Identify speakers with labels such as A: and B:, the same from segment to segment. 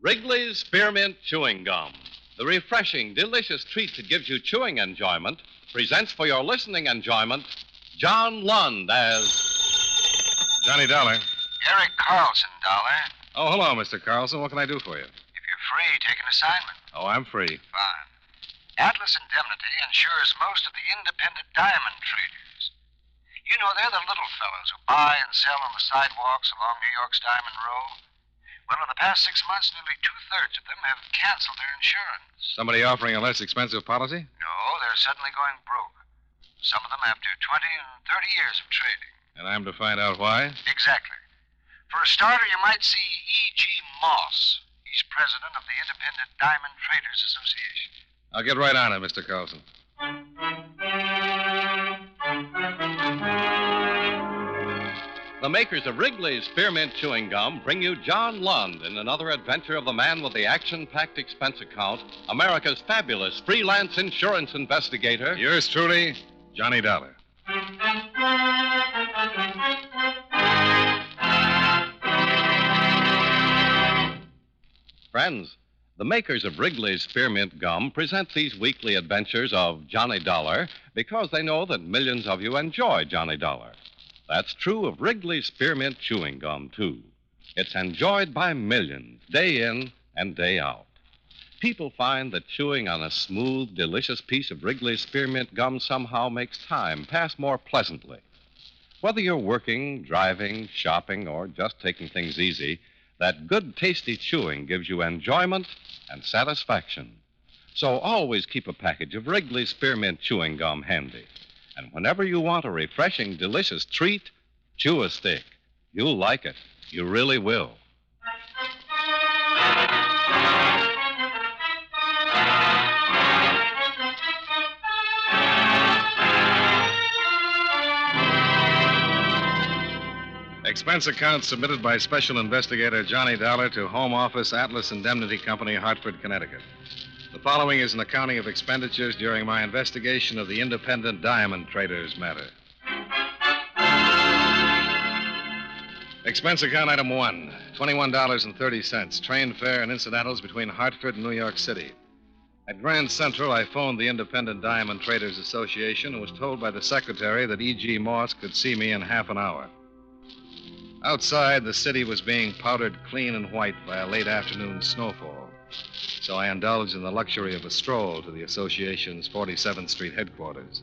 A: Wrigley's Spearmint Chewing Gum, the refreshing, delicious treat that gives you chewing enjoyment, presents for your listening enjoyment John Lund as.
B: Johnny Dollar.
C: Eric Carlson, Dollar.
B: Oh, hello, Mr. Carlson. What can I do for you?
C: If you're free, take an assignment.
B: Oh, I'm free.
C: Fine. Atlas Indemnity insures most of the independent diamond traders. You know, they're the little fellows who buy and sell on the sidewalks along New York's Diamond Row. Well, in the past six months, nearly two thirds of them have canceled their insurance.
B: Somebody offering a less expensive policy?
C: No, they're suddenly going broke. Some of them after 20 and 30 years of trading.
B: And I'm to find out why?
C: Exactly. For a starter, you might see E.G. Moss. He's president of the Independent Diamond Traders Association.
B: I'll get right on it, Mr. Carlson.
A: The makers of Wrigley's Spearmint Chewing Gum bring you John Lund in another adventure of the man with the action packed expense account, America's fabulous freelance insurance investigator.
B: Yours truly, Johnny Dollar.
A: Friends, the makers of Wrigley's Spearmint Gum present these weekly adventures of Johnny Dollar because they know that millions of you enjoy Johnny Dollar. That's true of Wrigley's Spearmint Chewing Gum, too. It's enjoyed by millions, day in and day out. People find that chewing on a smooth, delicious piece of Wrigley's Spearmint Gum somehow makes time pass more pleasantly. Whether you're working, driving, shopping, or just taking things easy, that good, tasty chewing gives you enjoyment and satisfaction. So always keep a package of Wrigley's Spearmint Chewing Gum handy. And whenever you want a refreshing, delicious treat, chew a stick. You'll like it. You really will.
B: Expense account submitted by Special Investigator Johnny Dollar to Home Office Atlas Indemnity Company, Hartford, Connecticut. The following is an accounting of expenditures during my investigation of the independent diamond traders matter. Expense account item one $21.30, train fare and incidentals between Hartford and New York City. At Grand Central, I phoned the Independent Diamond Traders Association and was told by the secretary that E.G. Moss could see me in half an hour. Outside, the city was being powdered clean and white by a late afternoon snowfall, so I indulged in the luxury of a stroll to the association's 47th Street headquarters.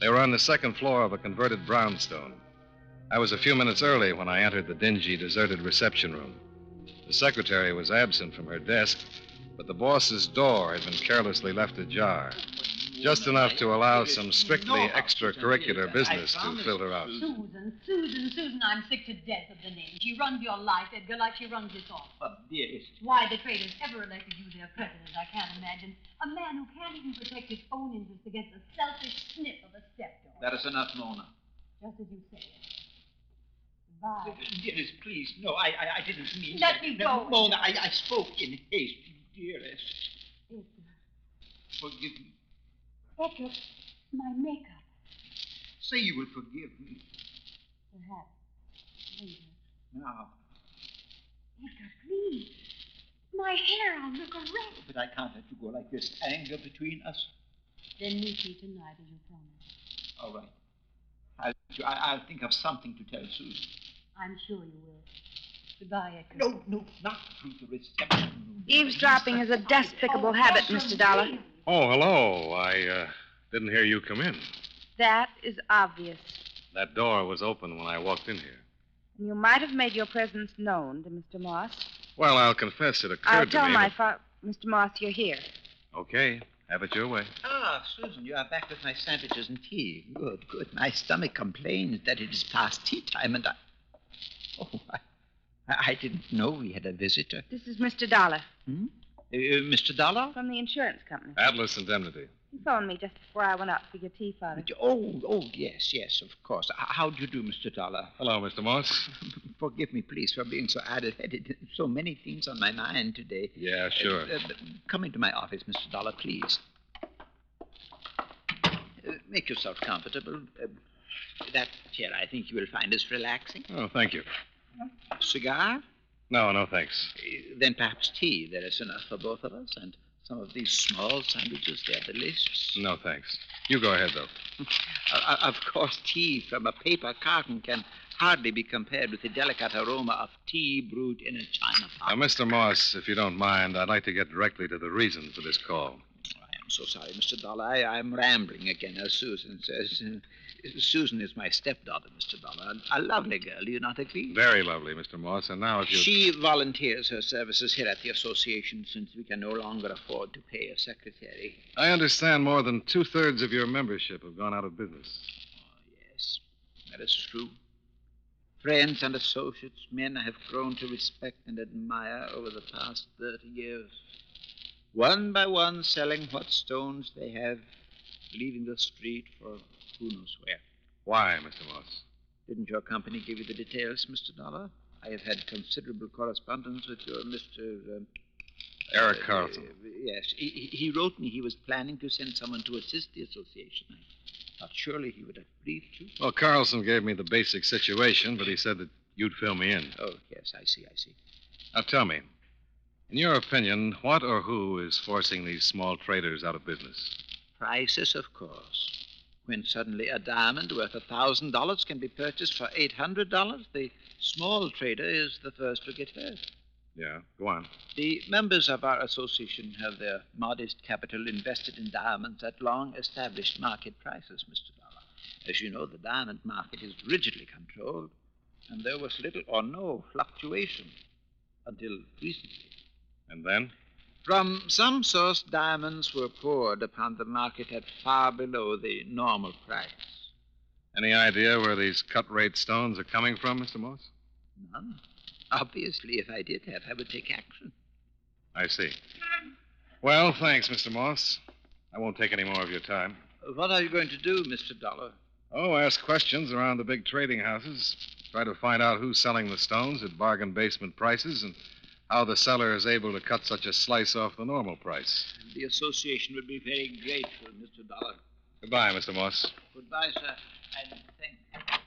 B: They were on the second floor of a converted brownstone. I was a few minutes early when I entered the dingy, deserted reception room. The secretary was absent from her desk, but the boss's door had been carelessly left ajar, just enough to allow some strictly extracurricular business to filter out.
D: Susan, Susan, Susan, I'm sick to death of the name. She runs your life, Edgar, like she runs this office.
E: Oh, dearest.
D: Why the traitors ever elected you their president, I can't imagine. A man who can't even protect his own interests against the selfish snip of a stepdaughter.
E: That is enough, Mona.
D: Just as you say it. Goodbye.
E: Oh, Dearest, please. No, I, I, I didn't mean
D: Let
E: that.
D: me
E: No,
D: go.
E: Mona, I, I spoke in haste. Dearest,
D: Edgar,
E: forgive me.
D: Edgar, my makeup.
E: Say you will forgive me.
D: Perhaps. Later.
E: Now,
D: Edgar, please. My hair, I'll look a wreck.
E: but I can't let you go like this. Anger between us.
D: Then meet me tonight, as you promised.
E: All right. I'll, I, I'll think of something to tell Susan.
D: I'm sure you will. Goodbye, Edgar.
E: No, no, not through the reception room.
F: Eavesdropping is a despicable habit, Mr. Dollar.
B: Oh, hello. I uh, didn't hear you come in.
F: That is obvious.
B: That door was open when I walked in here.
F: And you might have made your presence known to Mr. Moss.
B: Well, I'll confess it occurred
F: I'll
B: to
F: tell
B: me.
F: my
B: that-
F: fa- Mr. Moss you're here.
B: Okay, have it your way.
E: Ah, Susan, you are back with my sandwiches and tea. Good, good. My stomach complains that it is past tea time, and I. Oh, I, I didn't know we had a visitor.
F: This is Mr. Dollar
E: Hmm? Uh, Mr. Dollar?
F: from the insurance company.
B: Atlas Indemnity.
F: He phoned me just before I went up for your tea, Father.
E: Oh, oh, yes, yes, of course. H- How do you do, Mr. Dollar?
B: Hello, Mr. Moss.
E: Forgive me, please, for being so addle-headed. So many things on my mind today.
B: Yeah, sure.
E: Uh, uh, come into my office, Mr. Dollar, please. Uh, make yourself comfortable. Uh, that chair, I think you will find is relaxing.
B: Oh, thank you.
E: Cigar?
B: No, no, thanks.
E: Uh, Then perhaps tea. There is enough for both of us, and some of these small sandwiches. They're delicious.
B: No, thanks. You go ahead, though.
E: Uh, of course, tea from a paper carton can hardly be compared with the delicate aroma of tea brewed in a china pot.
B: Now, Mr. Moss, if you don't mind, I'd like to get directly to the reason for this call.
E: I am so sorry, Mr. Dollar. I, I'm rambling again, as Susan says. Uh, Susan is my stepdaughter, Mr. Dollar. A lovely girl, do you not agree?
B: Very lovely, Mr. Moss. And now, if you.
E: She volunteers her services here at the association since we can no longer afford to pay a secretary.
B: I understand more than two thirds of your membership have gone out of business.
E: Oh, Yes, that is true. Friends and associates, men I have grown to respect and admire over the past 30 years. One by one, selling what stones they have, leaving the street for who knows where.
B: Why, Mr. Moss?
E: Didn't your company give you the details, Mr. Dollar? I have had considerable correspondence with your Mr. um,
B: Eric
E: uh,
B: Carlson.
E: uh, yes, he, he- he wrote me he was planning to send someone to assist the association. I thought surely he would have briefed you.
B: Well, Carlson gave me the basic situation, but he said that you'd fill me in.
E: Oh, yes, I see, I see.
B: Now, tell me, in your opinion, what or who is forcing these small traders out of business?
E: Prices, of course. When suddenly a diamond worth a thousand dollars can be purchased for eight hundred dollars, the small trader is the first to get hurt.
B: Yeah, go on.
E: The members of our association have their modest capital invested in diamonds at long established market prices, Mr. Dollar. As you know, the diamond market is rigidly controlled, and there was little or no fluctuation until recently.
B: And then?
E: From some source, diamonds were poured upon the market at far below the normal price.
B: Any idea where these cut rate stones are coming from, Mr. Moss?
E: None. Obviously, if I did have, I would take action.
B: I see. Well, thanks, Mr. Moss. I won't take any more of your time.
E: What are you going to do, Mr. Dollar?
B: Oh, ask questions around the big trading houses. Try to find out who's selling the stones at bargain basement prices and how the seller is able to cut such a slice off the normal price.
E: The association would be very grateful, Mr. Dollar.
B: Goodbye, Mr. Moss.
E: Goodbye, sir, and thank you.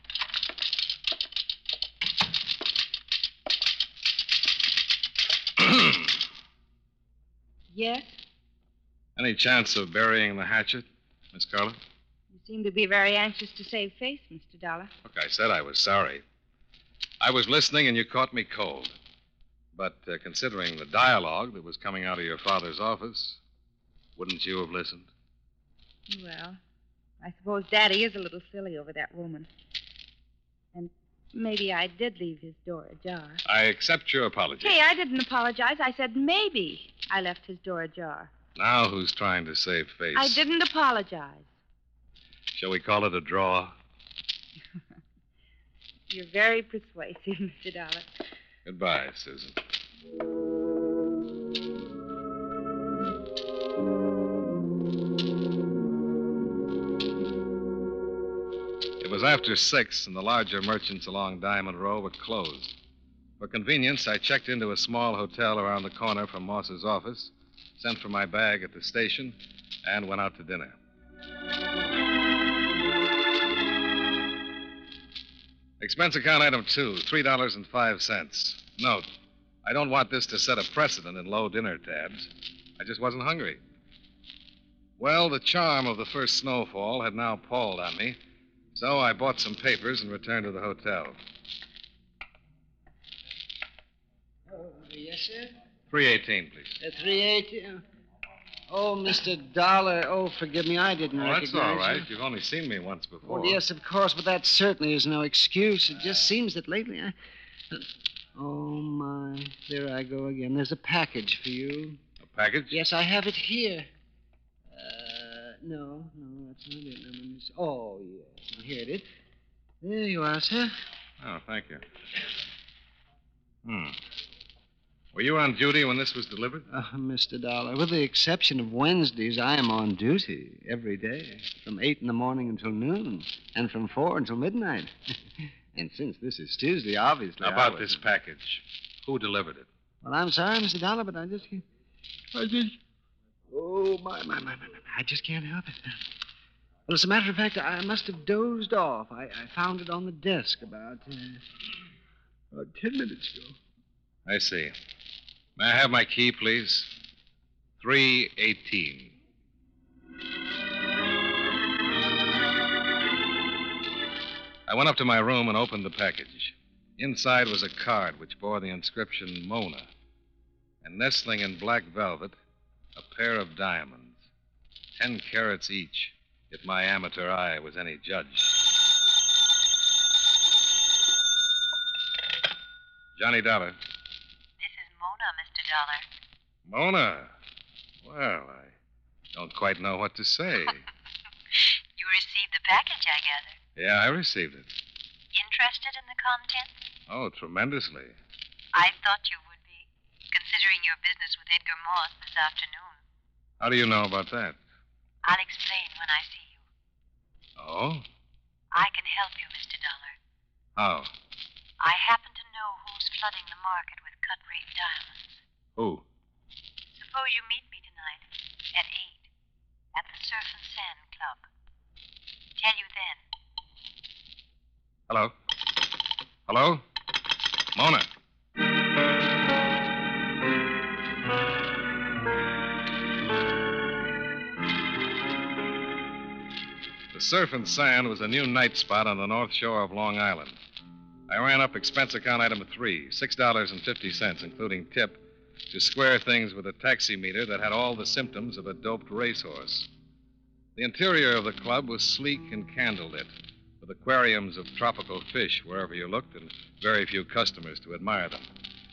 F: Yes?
B: Any chance of burying the hatchet, Miss Carla?
F: You seem to be very anxious to save face, Mr. Dollar.
B: Look, I said I was sorry. I was listening and you caught me cold. But uh, considering the dialogue that was coming out of your father's office, wouldn't you have listened?
F: Well, I suppose Daddy is a little silly over that woman. And maybe I did leave his door ajar.
B: I accept your apology.
F: Hey, I didn't apologize. I said maybe I left his door ajar.
B: Now who's trying to save face?
F: I didn't apologize.
B: Shall we call it a draw?
F: You're very persuasive, Mr. Dollar.
B: Goodbye, Susan. It was after six, and the larger merchants along Diamond Row were closed. For convenience, I checked into a small hotel around the corner from Moss's office, sent for my bag at the station, and went out to dinner. Expense account item two, three dollars and five cents. Note, I don't want this to set a precedent in low dinner tabs. I just wasn't hungry. Well, the charm of the first snowfall had now palled on me, so I bought some papers and returned to the hotel.
C: Oh, yes, sir.
B: 318, please.
C: Uh, 380. Oh, Mr. Dollar. Oh, forgive me. I didn't
B: Oh,
C: recognize
B: that's all right.
C: you.
B: You've only seen me once before.
C: Well, yes, of course, but that certainly is no excuse. It just seems that lately I. Oh, my. There I go again. There's a package for you.
B: A package?
C: Yes, I have it here. Uh, no, no, that's not it. Let me just- Oh, yes. Now, Here it is. There you are, sir.
B: Oh, thank you. Hmm. Were you on duty when this was delivered?
C: Uh, Mr. Dollar, with the exception of Wednesdays, I am on duty every day, from 8 in the morning until noon, and from 4 until midnight. and since this is Tuesday, obviously.
B: Now,
C: I
B: about
C: wasn't.
B: this package. Who delivered it?
C: Well, I'm sorry, Mr. Dollar, but I just can't. I just. Oh, my, my, my, my, my. I just can't help it. Well, as a matter of fact, I must have dozed off. I, I found it on the desk about, uh, about 10 minutes ago.
B: I see. May I have my key, please? 318. I went up to my room and opened the package. Inside was a card which bore the inscription Mona, and nestling in black velvet, a pair of diamonds, ten carats each, if my amateur eye was any judge. Johnny Dollar.
G: This is Mona, Mr. Dollar.
B: Mona. Well, I don't quite know what to say.
G: You received the package, I gather.
B: yeah, I received it.
G: Interested in the contents?
B: Oh, tremendously.
G: I thought you would be, considering your business with Edgar Morse this afternoon.
B: How do you know about that?
G: I'll explain when I see you.
B: Oh?
G: I can help you, Mr. Dollar.
B: How?
G: I happen to know who's flooding the market with cut rate diamonds.
B: Who?
G: Suppose you meet me tonight at 8 at the Surf and Sand Club. Tell you then.
B: Hello? Hello? Mona. The Surf and Sand was a new night spot on the north shore of Long Island. I ran up expense account item three, $6.50, including tip, to square things with a taximeter that had all the symptoms of a doped racehorse. The interior of the club was sleek and candlelit, with aquariums of tropical fish wherever you looked and very few customers to admire them.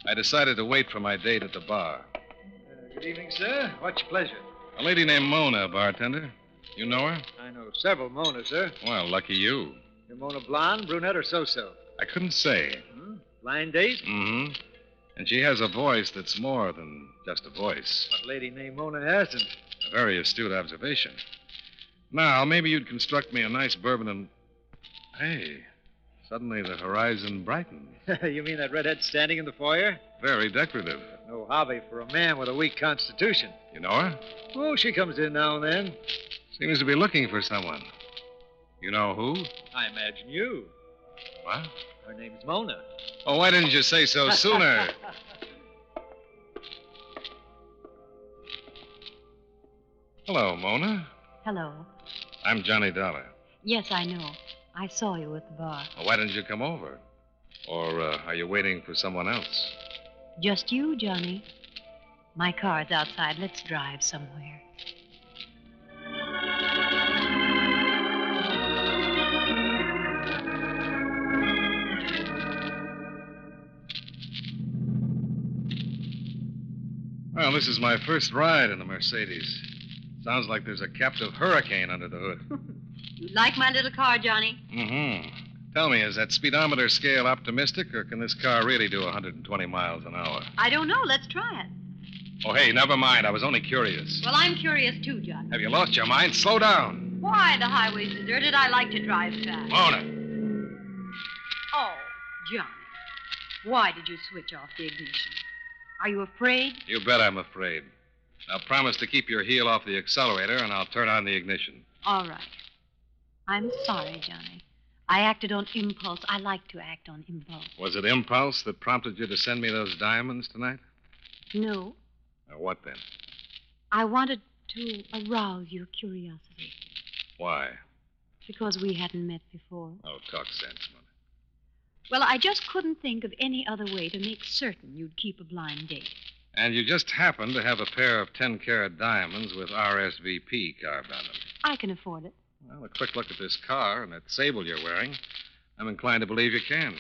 B: I decided to wait for my date at the bar.
H: Uh, Good evening, sir. Much pleasure.
B: A lady named Mona, bartender. You know her?
H: I know several Monas, sir.
B: Well, lucky you.
H: Your Mona blonde, brunette, or so-so?
B: I couldn't say.
H: Blind date?
B: Mm hmm. And she has a voice that's more than just a voice.
H: What lady named Mona hasn't?
B: A very astute observation. Now, maybe you'd construct me a nice bourbon and. Hey, suddenly the horizon brightened.
H: you mean that redhead standing in the foyer?
B: Very decorative.
H: No hobby for a man with a weak constitution.
B: You know her?
H: Oh, she comes in now and then.
B: Seems to be looking for someone. You know who?
H: I imagine you.
B: What?
H: Her name's Mona.
B: Oh, why didn't you say so sooner? Hello, Mona.
D: Hello.
B: I'm Johnny Dollar.
D: Yes, I know. I saw you at the bar.
B: Well, why didn't you come over? Or uh, are you waiting for someone else?
D: Just you, Johnny. My car's outside. Let's drive somewhere.
B: Well, this is my first ride in the Mercedes. Sounds like there's a captive hurricane under the hood.
D: You like my little car, Johnny?
B: Mm hmm. Tell me, is that speedometer scale optimistic, or can this car really do 120 miles an hour?
D: I don't know. Let's try it.
B: Oh, hey, never mind. I was only curious.
D: Well, I'm curious too, Johnny.
B: Have you lost your mind? Slow down.
D: Why the highway's deserted? I like to drive fast.
B: Mona.
D: Oh, Johnny. Why did you switch off the ignition? Are you afraid?
B: You bet I'm afraid. Now promise to keep your heel off the accelerator, and I'll turn on the ignition.
D: All right. I'm sorry, Johnny. I acted on impulse. I like to act on impulse.
B: Was it impulse that prompted you to send me those diamonds tonight?
D: No,
B: Or what then?
D: I wanted to arouse your curiosity
B: Why?
D: because we hadn't met before.
B: Oh, talk sense, Mona.
D: Well, I just couldn't think of any other way to make certain you'd keep a blind date.
B: And you just happen to have a pair of 10 carat diamonds with RSVP carved on them.
D: I can afford it.
B: Well, a quick look at this car and that sable you're wearing, I'm inclined to believe you can.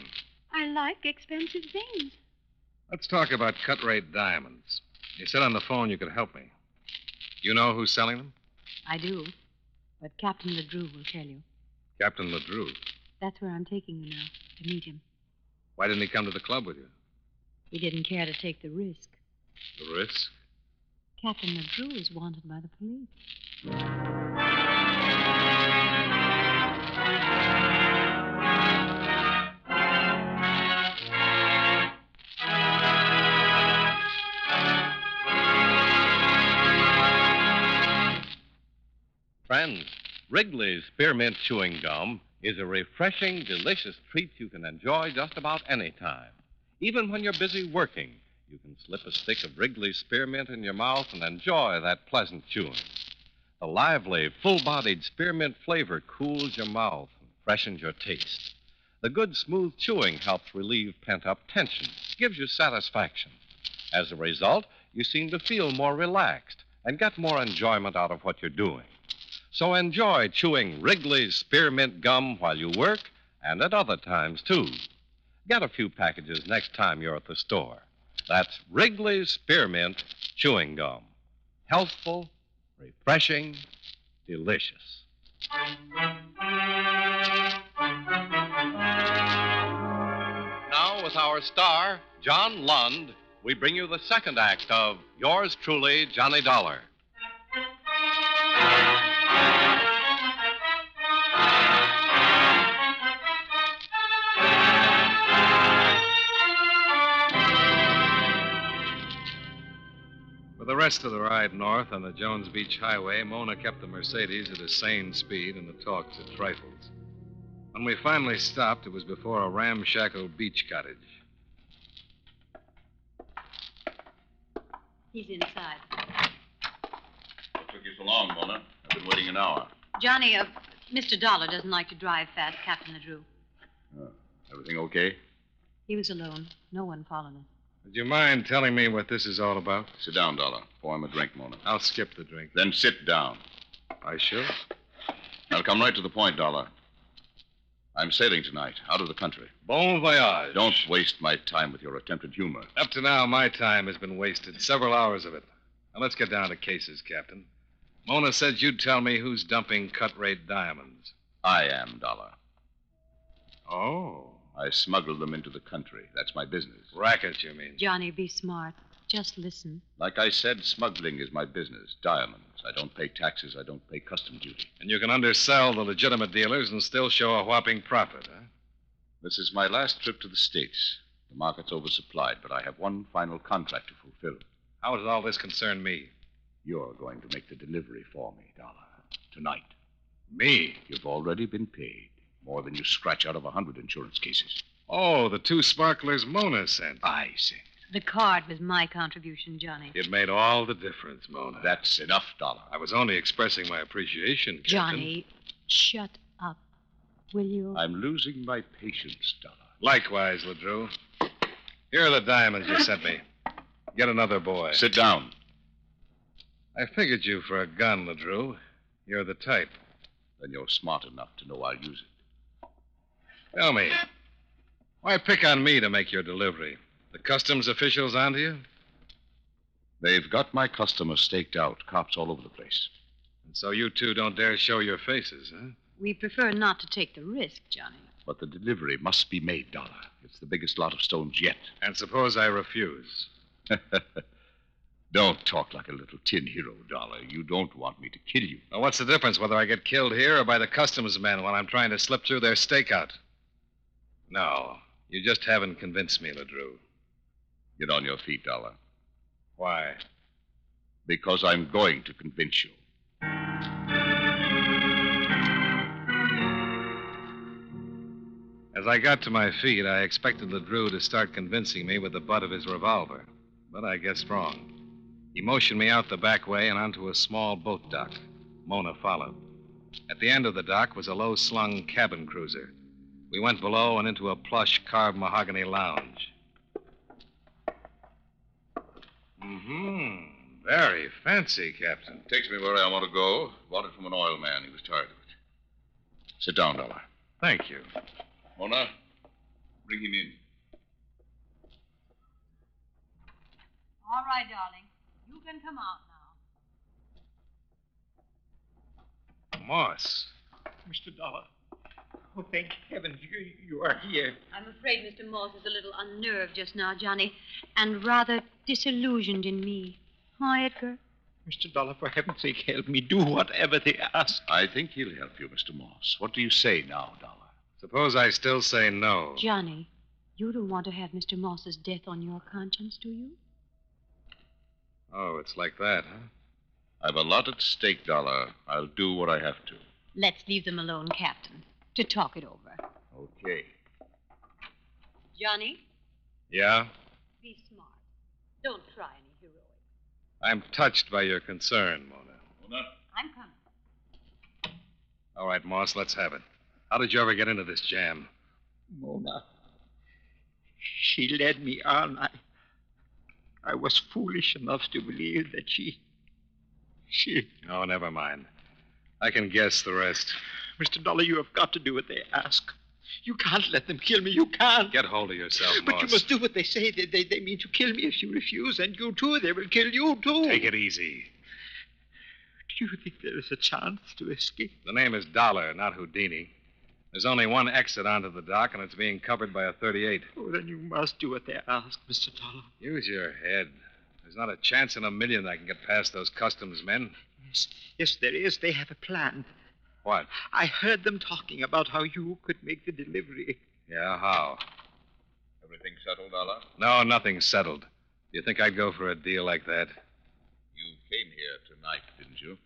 D: I like expensive things.
B: Let's talk about cut rate diamonds. You said on the phone you could help me. You know who's selling them?
D: I do. But Captain LeDroux will tell you.
B: Captain LeDroux.
D: That's where I'm taking you now, to meet him.
B: Why didn't he come to the club with you?
D: He didn't care to take the risk.
B: The risk?
D: Captain LeDroux is wanted by the police.
A: Friends, Wrigley's Spearmint Chewing Gum is a refreshing, delicious treat you can enjoy just about any time. Even when you're busy working, You can slip a stick of Wrigley's spearmint in your mouth and enjoy that pleasant chewing. The lively, full bodied spearmint flavor cools your mouth and freshens your taste. The good, smooth chewing helps relieve pent up tension, gives you satisfaction. As a result, you seem to feel more relaxed and get more enjoyment out of what you're doing. So enjoy chewing Wrigley's spearmint gum while you work and at other times, too. Get a few packages next time you're at the store. That's Wrigley's Spearmint Chewing Gum. Healthful, refreshing, delicious. Now, with our star, John Lund, we bring you the second act of Yours Truly, Johnny Dollar.
B: For the rest of the ride north on the Jones Beach Highway, Mona kept the Mercedes at a sane speed and the talks at trifles. When we finally stopped, it was before a ramshackle beach cottage.
D: He's inside.
I: What took you so long, Mona? I've been waiting an hour.
D: Johnny, uh, Mr. Dollar doesn't like to drive fast, Captain LaDrew.
I: Everything okay?
D: He was alone. No one followed him.
B: Would you mind telling me what this is all about?
I: Sit down, Dollar. Pour him a drink, Mona.
B: I'll skip the drink.
I: Then sit down.
B: I sure?
I: I'll come right to the point, Dollar. I'm sailing tonight, out of the country.
B: Bon voyage.
I: Don't waste my time with your attempted humor.
B: Up to now, my time has been wasted, several hours of it. Now, let's get down to cases, Captain. Mona said you'd tell me who's dumping cut rate diamonds.
I: I am, Dollar.
B: Oh.
I: I smuggle them into the country. That's my business.
B: Racket, you mean?
D: Johnny, be smart. Just listen.
I: Like I said, smuggling is my business. Diamonds. I don't pay taxes. I don't pay custom duty.
B: And you can undersell the legitimate dealers and still show a whopping profit, huh?
I: This is my last trip to the States. The market's oversupplied, but I have one final contract to fulfill.
B: How does all this concern me?
I: You're going to make the delivery for me, Dollar. Tonight.
B: Me?
I: You've already been paid. More than you scratch out of a hundred insurance cases.
B: Oh, the two sparklers Mona sent.
I: I see.
D: The card was my contribution, Johnny.
B: It made all the difference, Mona.
I: That's enough, Dollar.
B: I was only expressing my appreciation, Captain.
D: Johnny, shut up. Will you?
I: I'm losing my patience, Dollar.
B: Likewise, Ledrew. Here are the diamonds you sent me. Get another boy.
I: Sit down.
B: I figured you for a gun, Ledrew. You're the type.
I: Then you're smart enough to know I'll use it.
B: Tell me, why pick on me to make your delivery? The customs officials onto you?
I: They've got my customer staked out, cops all over the place.
B: And so you two don't dare show your faces, huh?
D: We prefer not to take the risk, Johnny.
I: But the delivery must be made, Dollar. It's the biggest lot of stones yet.
B: And suppose I refuse?
I: don't talk like a little tin hero, Dollar. You don't want me to kill you.
B: Now, what's the difference whether I get killed here or by the customs men when I'm trying to slip through their stakeout? No, you just haven't convinced me, Ledrew.
I: Get on your feet, Dollar,
B: Why?
I: because I'm going to convince you.
B: As I got to my feet, I expected Ledrew to start convincing me with the butt of his revolver, but I guessed wrong. He motioned me out the back way and onto a small boat dock. Mona followed. At the end of the dock was a low slung cabin cruiser. We went below and into a plush carved mahogany lounge. Mm-hmm. Very fancy, Captain.
I: Takes me where I want to go. Bought it from an oil man. He was tired of it. Sit down, Dollar.
B: Thank you.
I: Mona, bring him in.
J: All right, darling. You can come out now.
B: Moss.
K: Mr. Dollar. Oh, thank heavens you, you are here.
D: I'm afraid Mr. Morse is a little unnerved just now, Johnny, and rather disillusioned in me. Why, Edgar?
K: Mr. Dollar, for heaven's sake, help me. Do whatever they ask.
I: I think he'll help you, Mr. Morse. What do you say now, Dollar?
B: Suppose I still say no.
D: Johnny, you don't want to have Mr. Morse's death on your conscience, do you?
B: Oh, it's like that, huh?
I: I've a lot at stake, Dollar. I'll do what I have to.
D: Let's leave them alone, Captain, to talk it over.
I: Okay.
D: Johnny,
B: Yeah?
D: be smart.
L: Don't try any heroic.
B: I'm touched by your concern, Mona.
L: I'm coming.
B: All right, Moss, let's have it. How did you ever get into this jam?
E: Mona. She led me on. I, I was foolish enough to believe that she. She.
B: Oh, never mind. I can guess the rest.
E: Mr. Dollar, you have got to do what they ask. You can't let them kill me. You can't.
B: Get hold of yourself,
E: But
B: Moss.
E: you must do what they say. They, they, they mean to kill me if you refuse, and you too. They will kill you too.
B: Take it easy.
E: Do you think there is a chance to escape?
B: The name is Dollar, not Houdini. There's only one exit onto the dock, and it's being covered by a 38.
E: Oh, then you must do what they ask, Mr. Dollar.
B: Use your head. There's not a chance in a million I can get past those customs men.
E: Yes, yes, there is. They have a plan.
B: What?
E: I heard them talking about how you could make the delivery.
B: Yeah, how?
I: Everything settled, Dollar?
B: No, nothing's settled. Do you think I'd go for a deal like that?
I: You came here tonight, didn't you?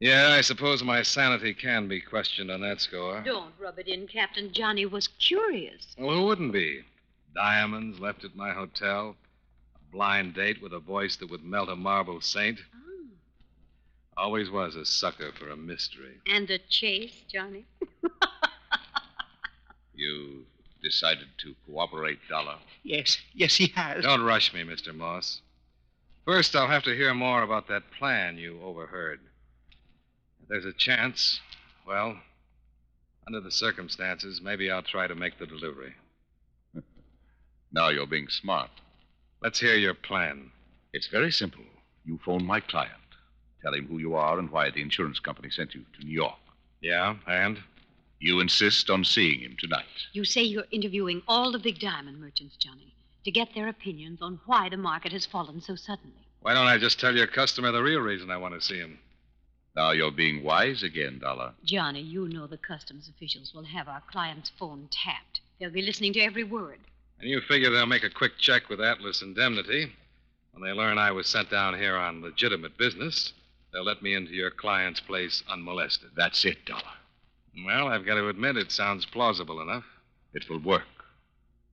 B: Yeah, I suppose my sanity can be questioned on that score.
D: Don't rub it in, Captain. Johnny was curious.
B: Well, who wouldn't be? Diamonds left at my hotel, a blind date with a voice that would melt a marble saint.
D: Ah.
B: Always was a sucker for a mystery.
D: And a chase, Johnny.
I: You decided to cooperate, Dollar.
E: Yes, yes, he has.
B: Don't rush me, Mr. Moss. First, I'll have to hear more about that plan you overheard. If there's a chance, well, under the circumstances, maybe I'll try to make the delivery.
I: Now you're being smart.
B: Let's hear your plan.
I: It's very simple. You phone my client. Tell him who you are and why the insurance company sent you to New York.
B: Yeah, and?
I: You insist on seeing him tonight.
D: You say you're interviewing all the big diamond merchants, Johnny, to get their opinions on why the market has fallen so suddenly.
B: Why don't I just tell your customer the real reason I want to see him?
I: Now you're being wise again, Dollar.
D: Johnny, you know the customs officials will have our client's phone tapped. They'll be listening to every word.
B: And you figure they'll make a quick check with Atlas Indemnity. When they learn I was sent down here on legitimate business, they'll let me into your client's place unmolested.
I: That's it, Dollar.
B: Well, I've got to admit it sounds plausible enough.
I: It will work.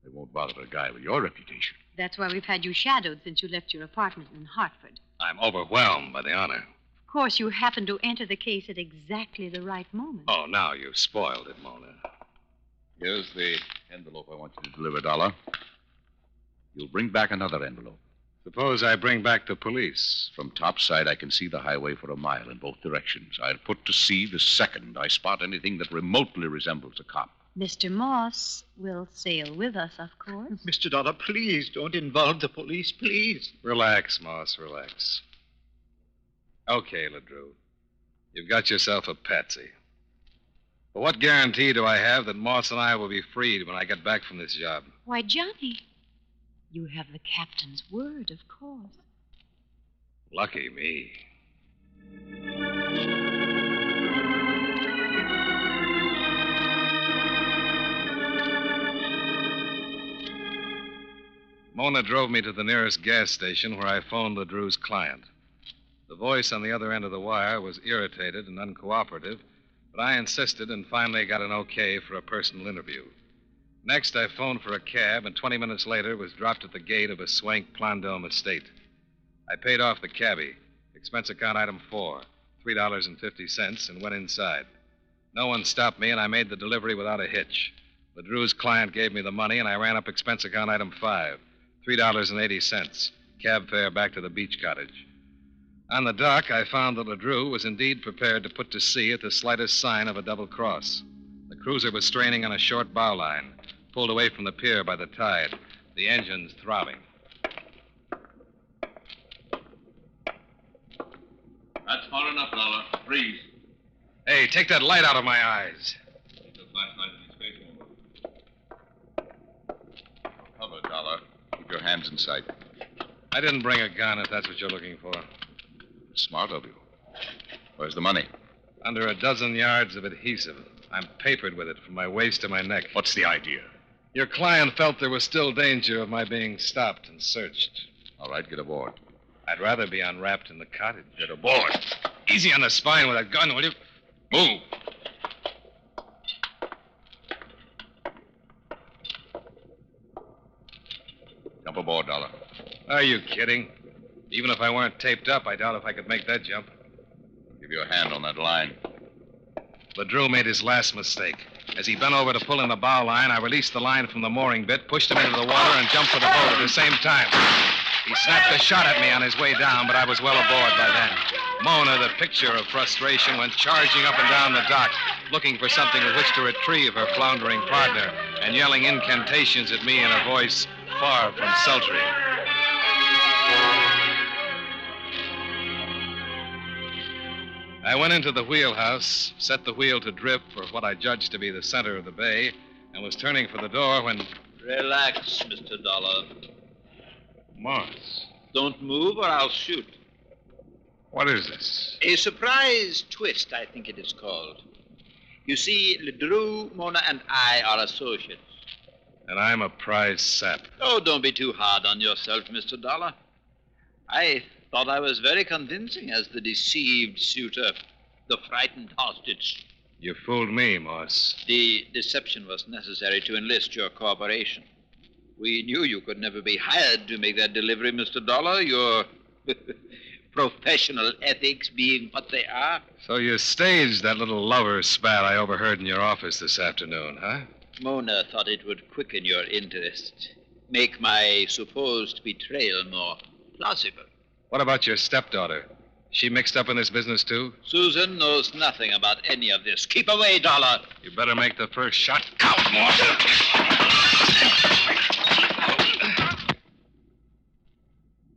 I: They won't bother a guy with your reputation.
D: That's why we've had you shadowed since you left your apartment in Hartford.
B: I'm overwhelmed by the honor.
D: Of course, you happened to enter the case at exactly the right moment.
B: Oh, now you've spoiled it, Mona.
I: Here's the envelope I want you to deliver, Dollar. You'll bring back another envelope.
B: Suppose I bring back the police.
I: From topside, I can see the highway for a mile in both directions. I'll put to sea the second I spot anything that remotely resembles a cop.
D: Mr. Moss will sail with us, of course.
E: Mr. Dollar, please don't involve the police, please.
B: Relax, Moss, relax. Okay, LeDrew. You've got yourself a patsy. But what guarantee do I have that Moss and I will be freed when I get back from this job?
D: Why, Johnny, you have the captain's word, of course.
B: Lucky me. Mona drove me to the nearest gas station where I phoned LeDrew's client. The voice on the other end of the wire was irritated and uncooperative, but I insisted and finally got an okay for a personal interview. Next, I phoned for a cab, and 20 minutes later was dropped at the gate of a swank Plandome estate. I paid off the cabbie, expense account item four, $3.50, and went inside. No one stopped me, and I made the delivery without a hitch. LeDrew's client gave me the money, and I ran up expense account item five, $3.80, cab fare back to the beach cottage. On the dock, I found that LeDrew was indeed prepared to put to sea at the slightest sign of a double cross. The cruiser was straining on a short bowline, pulled away from the pier by the tide, the engines throbbing.
I: That's far enough, Dollar. Freeze.
B: Hey, take that light out of my eyes.
I: Cover, Dollar. Keep your hands in sight.
B: I didn't bring a gun, if that's what you're looking for.
I: Smart of you. Where's the money?
B: Under a dozen yards of adhesive. I'm papered with it from my waist to my neck.
I: What's the idea?
B: Your client felt there was still danger of my being stopped and searched.
I: All right, get aboard.
B: I'd rather be unwrapped in the cottage.
I: Get aboard.
B: Easy on the spine with that gun, will you?
I: Move.
B: Jump aboard,
I: Dollar.
B: Are you kidding? Even if I weren't taped up, I doubt if I could make that jump.
I: Give you a hand on that line.
B: Ledrew made his last mistake. As he bent over to pull in the bow line, I released the line from the mooring bit, pushed him into the water, and jumped for the boat at the same time. He snapped a shot at me on his way down, but I was well aboard by then. Mona, the picture of frustration, went charging up and down the dock, looking for something with which to retrieve her floundering partner, and yelling incantations at me in a voice far from sultry. I went into the wheelhouse, set the wheel to drift for what I judged to be the center of the bay, and was turning for the door when.
M: Relax, Mr. Dollar.
B: Morris.
M: Don't move or I'll shoot.
B: What is this?
E: A surprise twist, I think it is called. You see, Ledru, Mona, and I are associates.
B: And I'm a prize sap.
M: Oh, don't be too hard on yourself, Mr. Dollar.
E: I thought I was very convincing as the deceived suitor, the frightened hostage.
B: You fooled me, Morris.
E: The deception was necessary to enlist your cooperation. We knew you could never be hired to make that delivery, Mr. Dollar. Your professional ethics being what they are.
B: So you staged that little lover spat I overheard in your office this afternoon, huh?
E: Mona thought it would quicken your interest, make my supposed betrayal more plausible.
B: What about your stepdaughter? She mixed up in this business, too?
E: Susan knows nothing about any of this. Keep away, Dollar.
B: You better make the first shot count, Morton.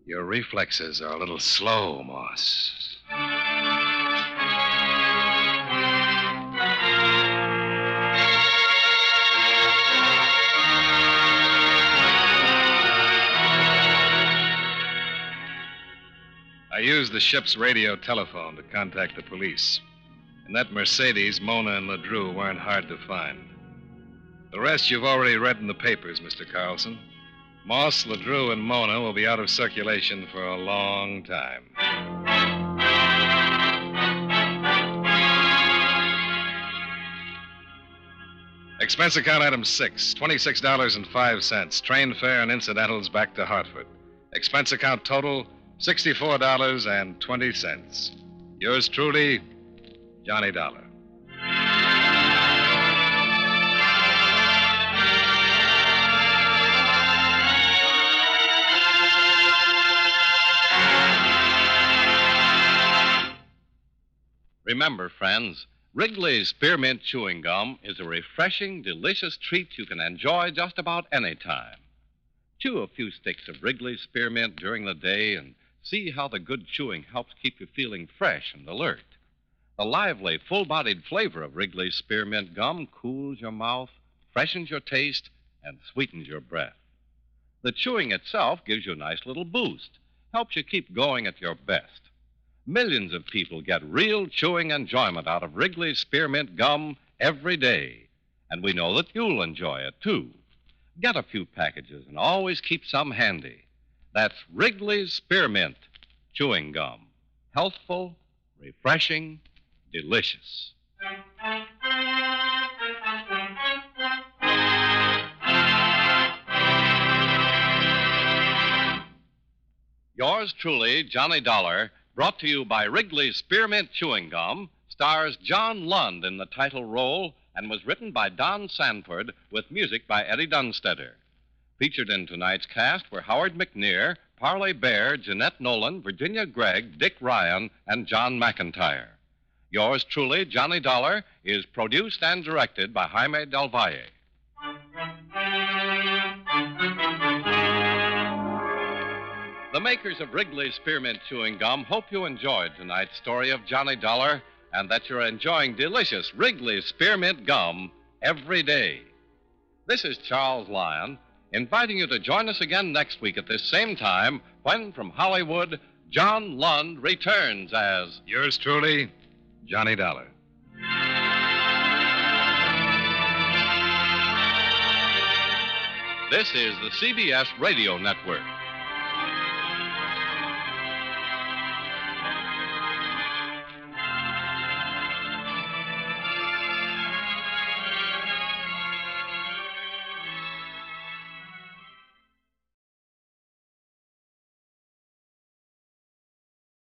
B: Your reflexes are a little slow, Moss. I used the ship's radio telephone to contact the police. In that Mercedes, Mona and LeDrew weren't hard to find. The rest you've already read in the papers, Mr. Carlson. Moss, LeDrew, and Mona will be out of circulation for a long time. Expense account item six $26.05. Train fare and incidentals back to Hartford. Expense account total $64.20. Yours truly, Johnny Dollar.
A: Remember, friends, Wrigley's Spearmint Chewing Gum is a refreshing, delicious treat you can enjoy just about any time. Chew a few sticks of Wrigley's Spearmint during the day and see how the good chewing helps keep you feeling fresh and alert. The lively, full bodied flavor of Wrigley's Spearmint Gum cools your mouth, freshens your taste, and sweetens your breath. The chewing itself gives you a nice little boost, helps you keep going at your best. Millions of people get real chewing enjoyment out of Wrigley's Spearmint Gum every day, and we know that you'll enjoy it too. Get a few packages and always keep some handy. That's Wrigley's Spearmint Chewing Gum. Healthful, refreshing, delicious. Yours truly, Johnny Dollar, brought to you by Wrigley's Spearmint Chewing Gum, stars John Lund in the title role and was written by Don Sanford with music by Eddie Dunstetter. Featured in tonight's cast were Howard McNear, Parley Bear, Jeanette Nolan, Virginia Gregg, Dick Ryan, and John McIntyre. Yours truly, Johnny Dollar, is produced and directed by Jaime Del Valle. The makers of Wrigley's Spearmint Chewing Gum hope you enjoyed tonight's story of Johnny Dollar and that you're enjoying delicious Wrigley's Spearmint Gum every day. This is Charles Lyon inviting you to join us again next week at this same time when, from Hollywood, John Lund returns as
B: yours truly, Johnny Dollar.
A: This is the CBS Radio Network.